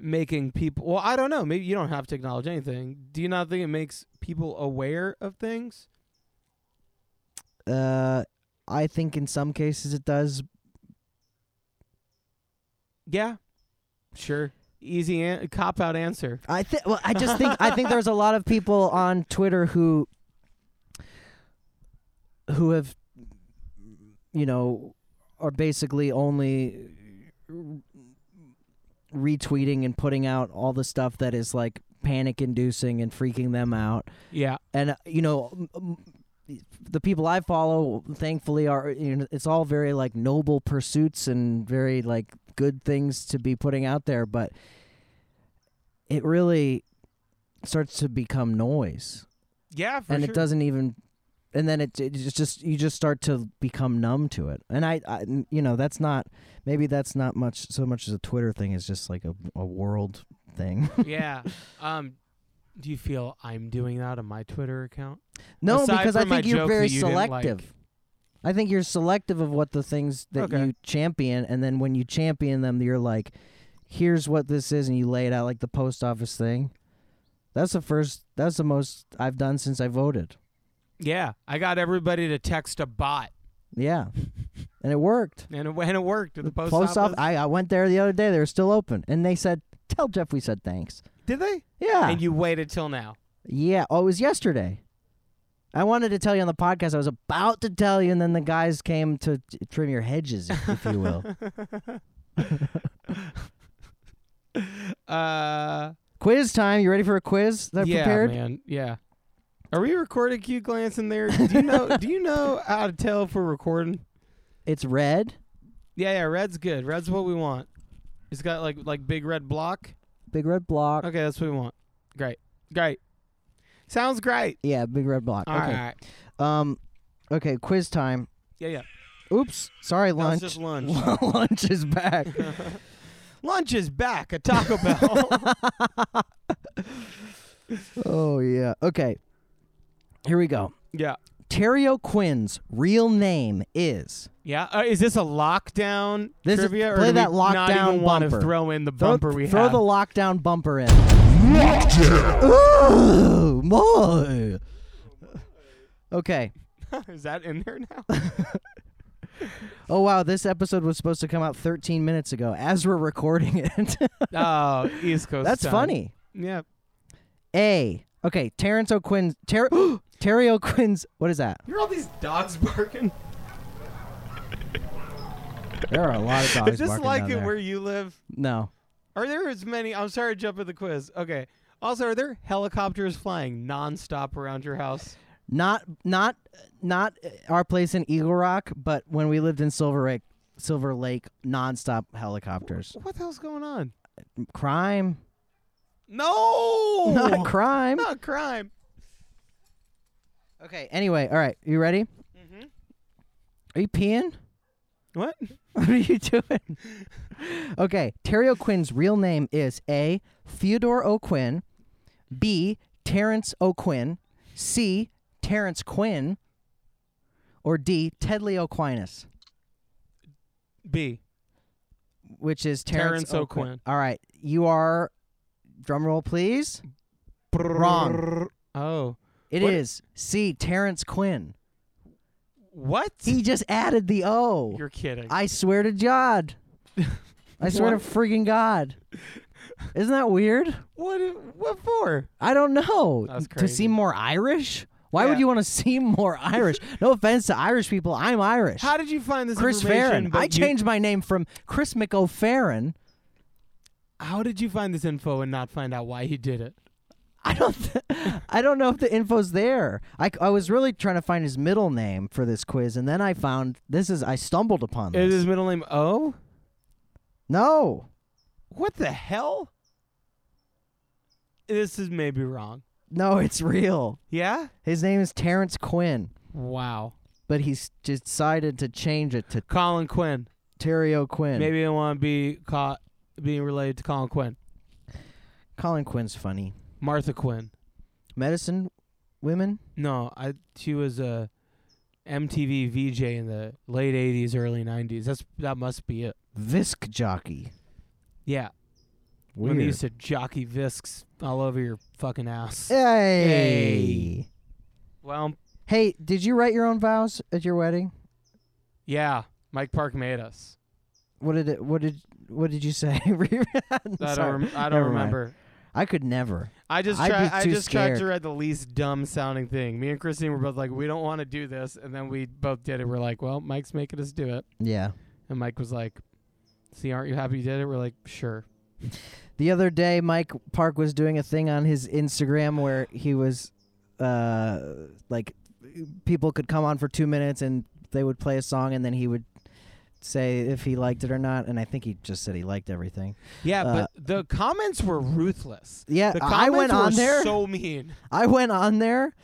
Speaker 1: making people Well, I don't know. Maybe you don't have to acknowledge anything. Do you not think it makes people aware of things?
Speaker 2: Uh, I think in some cases it does.
Speaker 1: Yeah. Sure. Easy an- cop out answer.
Speaker 2: I think. Well, I just think. I think there's a lot of people on Twitter who who have, you know, are basically only retweeting and putting out all the stuff that is like panic inducing and freaking them out.
Speaker 1: Yeah.
Speaker 2: and uh, you know m- m- the people i follow thankfully are you know it's all very like noble pursuits and very like good things to be putting out there but it really starts to become noise
Speaker 1: Yeah, for
Speaker 2: and
Speaker 1: sure.
Speaker 2: it doesn't even and then it, it just just you just start to become numb to it and I, I you know that's not maybe that's not much so much as a twitter thing is just like a, a world thing (laughs)
Speaker 1: yeah. Um, do you feel I'm doing that on my Twitter account?
Speaker 2: No,
Speaker 1: Aside
Speaker 2: because I
Speaker 1: from my
Speaker 2: think you're
Speaker 1: jokes
Speaker 2: very
Speaker 1: that you didn't like.
Speaker 2: selective. I think you're selective of what the things that
Speaker 1: Okay.
Speaker 2: you champion, and then when you champion them, you're like, "Here's what this is," and you lay it out like the post office thing. That's the first. That's the most I've done since I voted.
Speaker 1: Yeah, I got everybody to text a bot,
Speaker 2: Yeah,
Speaker 1: (laughs)
Speaker 2: and it worked.
Speaker 1: and it, and it worked. at The post, office.
Speaker 2: I, I went there the other day. They were still open, and they said, "Tell Jeff we said thanks."
Speaker 1: Did they?
Speaker 2: Yeah.
Speaker 1: And you waited till now. (laughs)
Speaker 2: yeah. Oh, it was yesterday. I wanted to tell you on the podcast. I was about to tell you, and then the guys came to t- trim your hedges, if- if you
Speaker 1: (laughs)
Speaker 2: will.
Speaker 1: uh,
Speaker 2: quiz time. You ready for a quiz that I
Speaker 1: yeah,
Speaker 2: prepared?
Speaker 1: man. Yeah. Are we recording? Q glance in there. Do you know? do you know how to tell if we're recording?
Speaker 2: It's red,
Speaker 1: Yeah, yeah. Red's good. Red's what we want. It's got like like big red block.
Speaker 2: big red block.
Speaker 1: Okay, that's what we want. Great, great. Sounds great.
Speaker 2: Yeah, big red block.
Speaker 1: All right.
Speaker 2: okay. Um, okay, quiz time.
Speaker 1: Yeah, yeah.
Speaker 2: Oops, sorry,
Speaker 1: No,
Speaker 2: lunch.
Speaker 1: it's just
Speaker 2: (laughs)
Speaker 1: lunch.
Speaker 2: lunch is
Speaker 1: (laughs)
Speaker 2: back.
Speaker 1: lunch is back at Taco Bell.
Speaker 2: (laughs) oh yeah. Okay. Here we go.
Speaker 1: yeah.
Speaker 2: Terrio Quinn's real name is.
Speaker 1: Yeah, uh, is this a lockdown
Speaker 2: This is-
Speaker 1: trivia? or
Speaker 2: play
Speaker 1: do we
Speaker 2: that
Speaker 1: not
Speaker 2: lockdown
Speaker 1: even want to
Speaker 2: bumper.
Speaker 1: throw in the
Speaker 2: Throw-
Speaker 1: bumper we
Speaker 2: throw
Speaker 1: have.
Speaker 2: the lockdown bumper in. Lockdown. Oh my. Okay.
Speaker 1: (laughs) is that in there
Speaker 2: (laughs)
Speaker 1: now? (laughs)
Speaker 2: Oh wow, this episode was supposed to come out 13 minutes ago as we're recording it. (laughs)
Speaker 1: oh, East Coast.
Speaker 2: That's
Speaker 1: time.
Speaker 2: funny.
Speaker 1: Yeah.
Speaker 2: A. Okay, Terrence O'Quinn's Ter- (gasps) Terry O'Quinn's what is that?
Speaker 1: You're all these dogs (laughs) barking.
Speaker 2: There are a
Speaker 1: (laughs)
Speaker 2: lot of dogs
Speaker 1: Is this
Speaker 2: barking
Speaker 1: like
Speaker 2: down
Speaker 1: it
Speaker 2: there.
Speaker 1: where you live?
Speaker 2: No.
Speaker 1: Are there as many? I'm sorry to jump at the quiz. Okay. Also, are there helicopters flying nonstop around your house?
Speaker 2: Not not not our place in Eagle Rock, but when we lived in Silver Lake, Silver Lake nonstop helicopters.
Speaker 1: What the hell's going on?
Speaker 2: Crime. (laughs)
Speaker 1: No! (laughs)
Speaker 2: Not crime.
Speaker 1: Not crime.
Speaker 2: Okay, anyway, all right. You ready?
Speaker 1: Mm-hmm.
Speaker 2: Are you peeing?
Speaker 1: What?
Speaker 2: (laughs) What are you doing? okay, Terry O'Quinn's real name is A. Theodore O'Quinn, B. Terrence O'Quinn, C. Terrence Quinn, or D. Tedley O'Quinas,
Speaker 1: B.
Speaker 2: which is Terrence,
Speaker 1: Terrence O'Quinn.
Speaker 2: All right, you are. Drum roll, please. Wrong.
Speaker 1: Oh.
Speaker 2: It is
Speaker 1: What-
Speaker 2: C.
Speaker 1: (laughs)
Speaker 2: Terrence Quinn.
Speaker 1: What?
Speaker 2: He just added the O.
Speaker 1: You're kidding.
Speaker 2: I swear
Speaker 1: (laughs)
Speaker 2: to God. I swear
Speaker 1: What?
Speaker 2: to freaking God. Isn't that weird?
Speaker 1: What? What for?
Speaker 2: I don't know.
Speaker 1: That's
Speaker 2: To
Speaker 1: crazy.
Speaker 2: seem more Irish? Why would
Speaker 1: Yeah.
Speaker 2: you want to seem more (laughs) Irish? no offense to Irish people, I'm Irish.
Speaker 1: How did you find this
Speaker 2: Chris
Speaker 1: information?
Speaker 2: Farron.
Speaker 1: but
Speaker 2: I
Speaker 1: you-
Speaker 2: changed my name from Chris McO'Farron.
Speaker 1: How did you find this info and not find out why he did it?
Speaker 2: I don't (laughs) th- I don't know if the info's there. I, I was really trying to find his middle name for this quiz and then I found this is I stumbled upon this.
Speaker 1: Is his middle name O?
Speaker 2: no.
Speaker 1: What the hell? This is maybe wrong.
Speaker 2: No, it's real.
Speaker 1: Yeah?
Speaker 2: His name is Terrence Quinn,
Speaker 1: Wow.
Speaker 2: but he's decided to change it to
Speaker 1: Colin Quinn.
Speaker 2: Terry O'Quinn.
Speaker 1: Maybe I want to be caught being related to Colin Quinn.
Speaker 2: Colin Quinn's funny.
Speaker 1: Martha Quinn.
Speaker 2: Medicine women?
Speaker 1: No, I she was a MTV VJ in the late 80s early 90s. That's that must be it.
Speaker 2: Visc jockey.
Speaker 1: Yeah. When they
Speaker 2: Weird.
Speaker 1: used to jockey visks all over your fucking ass.
Speaker 2: Eh. Hey.
Speaker 1: Well,
Speaker 2: Hey, did you write your own vows at your wedding?
Speaker 1: yeah, Mike Park made us.
Speaker 2: What did it what did what did you say? (laughs)
Speaker 1: I
Speaker 2: Sorry.
Speaker 1: don't, rem- I
Speaker 2: Never
Speaker 1: don't
Speaker 2: mind.
Speaker 1: remember.
Speaker 2: I could never.
Speaker 1: I just
Speaker 2: I'd
Speaker 1: tried.
Speaker 2: be
Speaker 1: I
Speaker 2: too
Speaker 1: just tried to
Speaker 2: scared.
Speaker 1: read the least dumb sounding thing. Me and Christine were both like, "We don't want to do this," and then we both did it. We're like, "Well, Mike's making us do it,"
Speaker 2: Yeah.
Speaker 1: and Mike was like, "See, aren't you happy you did it?" We're like, "Sure."
Speaker 2: The other day Mike Park was doing a thing on his Instagram where he was uh like people could come on for 2 minutes and they would play a song and then he would say if he liked it or not and I think he just said he liked everything.
Speaker 1: Yeah,
Speaker 2: Uh,
Speaker 1: but the comments were ruthless.
Speaker 2: Yeah,
Speaker 1: The
Speaker 2: I
Speaker 1: comments
Speaker 2: went
Speaker 1: were
Speaker 2: on there.
Speaker 1: so mean.
Speaker 2: I went on there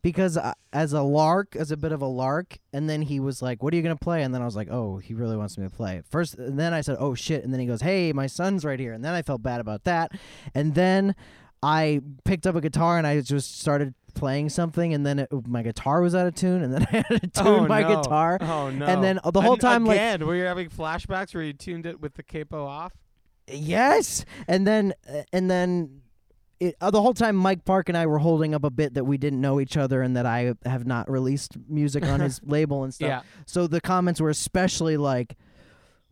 Speaker 2: because I, as a lark, as a bit of a lark, and then he was like, "What are you gonna play?" And then I was like, "Oh, he really wants me to play." First, and then I said, "Oh shit!" And then he goes, "Hey, my son's right here." And then I felt bad about that, and then I picked up a guitar and I just started playing something, and then it, my guitar was out of tune, and then (laughs) I had (laughs) to tune
Speaker 1: oh,
Speaker 2: my
Speaker 1: no.
Speaker 2: guitar.
Speaker 1: Oh no!
Speaker 2: then, uh, the whole
Speaker 1: And
Speaker 2: time, like-
Speaker 1: again, were you having flashbacks where you tuned it with the capo off?
Speaker 2: Yes, and then uh, and then it, uh, the whole time Mike Park and I were holding up a bit that we didn't know each other and that I have not released music on his label and stuff.
Speaker 1: Yeah.
Speaker 2: So the comments were especially like,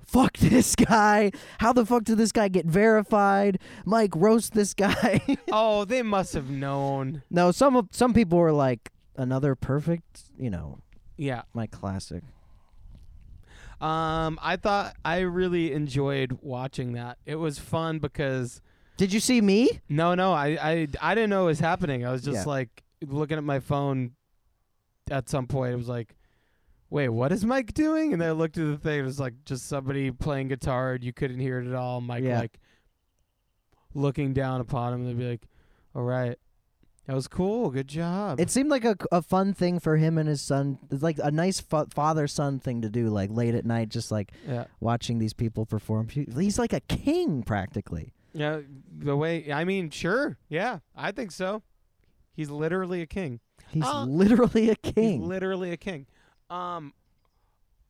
Speaker 2: "Fuck this guy! How the fuck did this guy get verified? Mike roast this guy." (laughs)
Speaker 1: oh, they must have known.
Speaker 2: no, some of- some people were like, another perfect, you know,
Speaker 1: Yeah.
Speaker 2: my classic.
Speaker 1: Um, I thought I really enjoyed watching that. It was fun because
Speaker 2: Did you see me?
Speaker 1: no, no, I, I, I didn't know it was happening. I was just
Speaker 2: Yeah.
Speaker 1: like looking at my phone. At some point, it was like, "Wait, what is Mike doing?" And then I looked at the thing. It was like just somebody playing guitar, and you couldn't hear it at all. Mike
Speaker 2: Yeah.
Speaker 1: like looking down upon him, and they'd be like, "All right, that was cool. Good job."
Speaker 2: It seemed like a, a fun thing for him and his son. It's like a nice fa- father son thing to do, like late at night, just like
Speaker 1: yeah.
Speaker 2: watching these people perform. He- He's like a king practically.
Speaker 1: Yeah, the way I mean, sure. Yeah, I think so. He's literally a king.
Speaker 2: He's
Speaker 1: Uh,
Speaker 2: literally a
Speaker 1: He's
Speaker 2: king.
Speaker 1: literally a king. Um,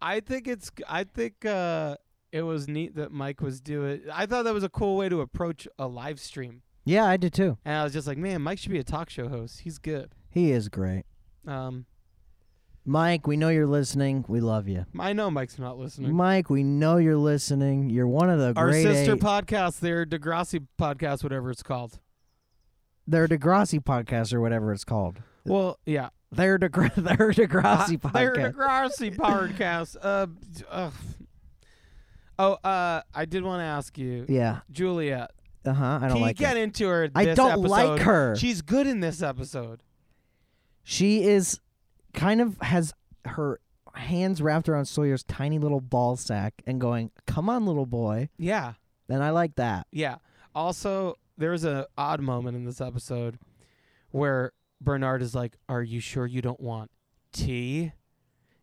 Speaker 1: I think it's. I think uh, it was neat that Mike was doing. I thought that was a cool way to approach a live stream,
Speaker 2: yeah, I did too.
Speaker 1: and I was just like, man, Mike should be a talk show host. He's good.
Speaker 2: He is great.
Speaker 1: Um,
Speaker 2: Mike, we know you're listening. We love you.
Speaker 1: I know Mike's not listening.
Speaker 2: Mike, we know you're listening. You're one of the
Speaker 1: Our
Speaker 2: great
Speaker 1: sister
Speaker 2: eight-
Speaker 1: podcast, their Degrassi podcast, whatever it's called.
Speaker 2: their Degrassi podcast or whatever it's called.
Speaker 1: Well, yeah,
Speaker 2: Their (laughs) Degra- their Degrassi
Speaker 1: Uh, (laughs)
Speaker 2: podcast.
Speaker 1: Their
Speaker 2: (laughs)
Speaker 1: Degrassi podcast. Uh, d- ugh. Oh, uh, I did want to ask you,
Speaker 2: yeah.
Speaker 1: Juliet.
Speaker 2: Uh huh. I
Speaker 1: Can
Speaker 2: don't
Speaker 1: you
Speaker 2: like
Speaker 1: get
Speaker 2: her.
Speaker 1: into her?
Speaker 2: I
Speaker 1: this
Speaker 2: don't like
Speaker 1: episode?
Speaker 2: her. She,
Speaker 1: She's good in this episode.
Speaker 2: is kind of has her hands wrapped around Sawyer's tiny little ball sack and going, "Come on, little boy."
Speaker 1: Yeah,
Speaker 2: And I like that.
Speaker 1: yeah. Also, there's a odd moment in this episode where Bernard is like, "Are you sure you don't want tea?"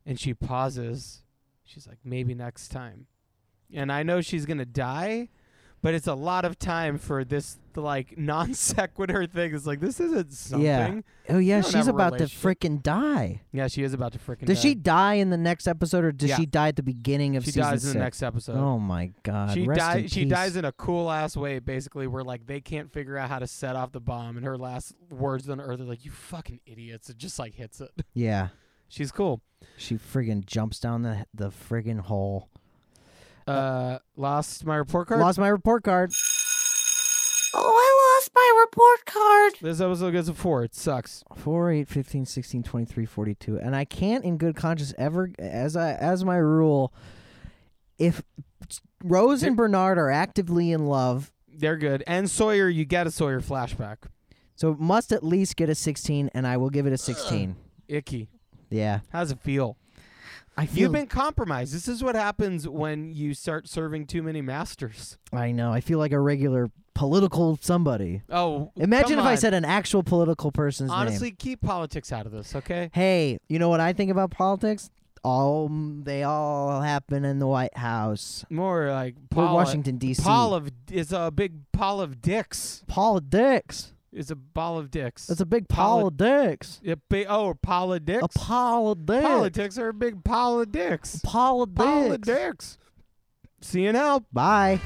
Speaker 1: And she pauses. She's like, "Maybe next time." And I know she's gonna die, but it's a lot of time for this like (laughs) non sequitur thing. It's like this isn't something.
Speaker 2: Yeah. Oh yeah,
Speaker 1: You don't
Speaker 2: she's
Speaker 1: have a
Speaker 2: about to
Speaker 1: relationship.
Speaker 2: freaking die.
Speaker 1: Yeah, she is about to freaking.
Speaker 2: Does
Speaker 1: die.
Speaker 2: she die in the next episode, or does
Speaker 1: Yeah.
Speaker 2: she die at the beginning of
Speaker 1: She
Speaker 2: season
Speaker 1: dies in
Speaker 2: six?
Speaker 1: the next episode.
Speaker 2: Oh my god!
Speaker 1: She
Speaker 2: Rest
Speaker 1: dies.
Speaker 2: in
Speaker 1: She
Speaker 2: peace.
Speaker 1: dies in a cool ass way, basically, where like they can't figure out how to set off the bomb, and her last words on Earth are like, "You fucking idiots!" It just like hits it. (laughs)
Speaker 2: Yeah,
Speaker 1: She's cool.
Speaker 2: she friggin' jumps down the the friggin' hole.
Speaker 1: Uh, lost my report card.
Speaker 2: Lost my report card.
Speaker 4: Oh, I lost my report card.
Speaker 1: This episode gets a four. It sucks.
Speaker 2: 4 8 15 16 23 42 and i can't in good conscience ever as i as my rule if rose and bernard are actively in love
Speaker 1: They're good. And Sawyer, you get a Sawyer flashback.
Speaker 2: so it must at least get a 16 and i will give it a 16
Speaker 1: Icky.
Speaker 2: yeah
Speaker 1: How's it feel?
Speaker 2: i feel
Speaker 1: You've been compromised. This is what happens when you start serving too many masters.
Speaker 2: i know i feel like a regular political somebody
Speaker 1: Oh,
Speaker 2: imagine
Speaker 1: come
Speaker 2: if i
Speaker 1: on.
Speaker 2: said an actual political person's name
Speaker 1: Honestly, keep politics out of this, okay?
Speaker 2: hey you know what i think about politics all mm, they all happen in the white house
Speaker 1: More like
Speaker 2: or
Speaker 1: poli-
Speaker 2: washington dc
Speaker 1: Paul of is a big Paul of dicks.
Speaker 2: politics
Speaker 1: Is a ball of dicks.
Speaker 2: That's a big
Speaker 1: Poli-
Speaker 2: politics.
Speaker 1: a big oh politics.
Speaker 2: A politics.
Speaker 1: politics are a big politics.
Speaker 2: Politics.
Speaker 1: Politics. See you now.
Speaker 2: Bye.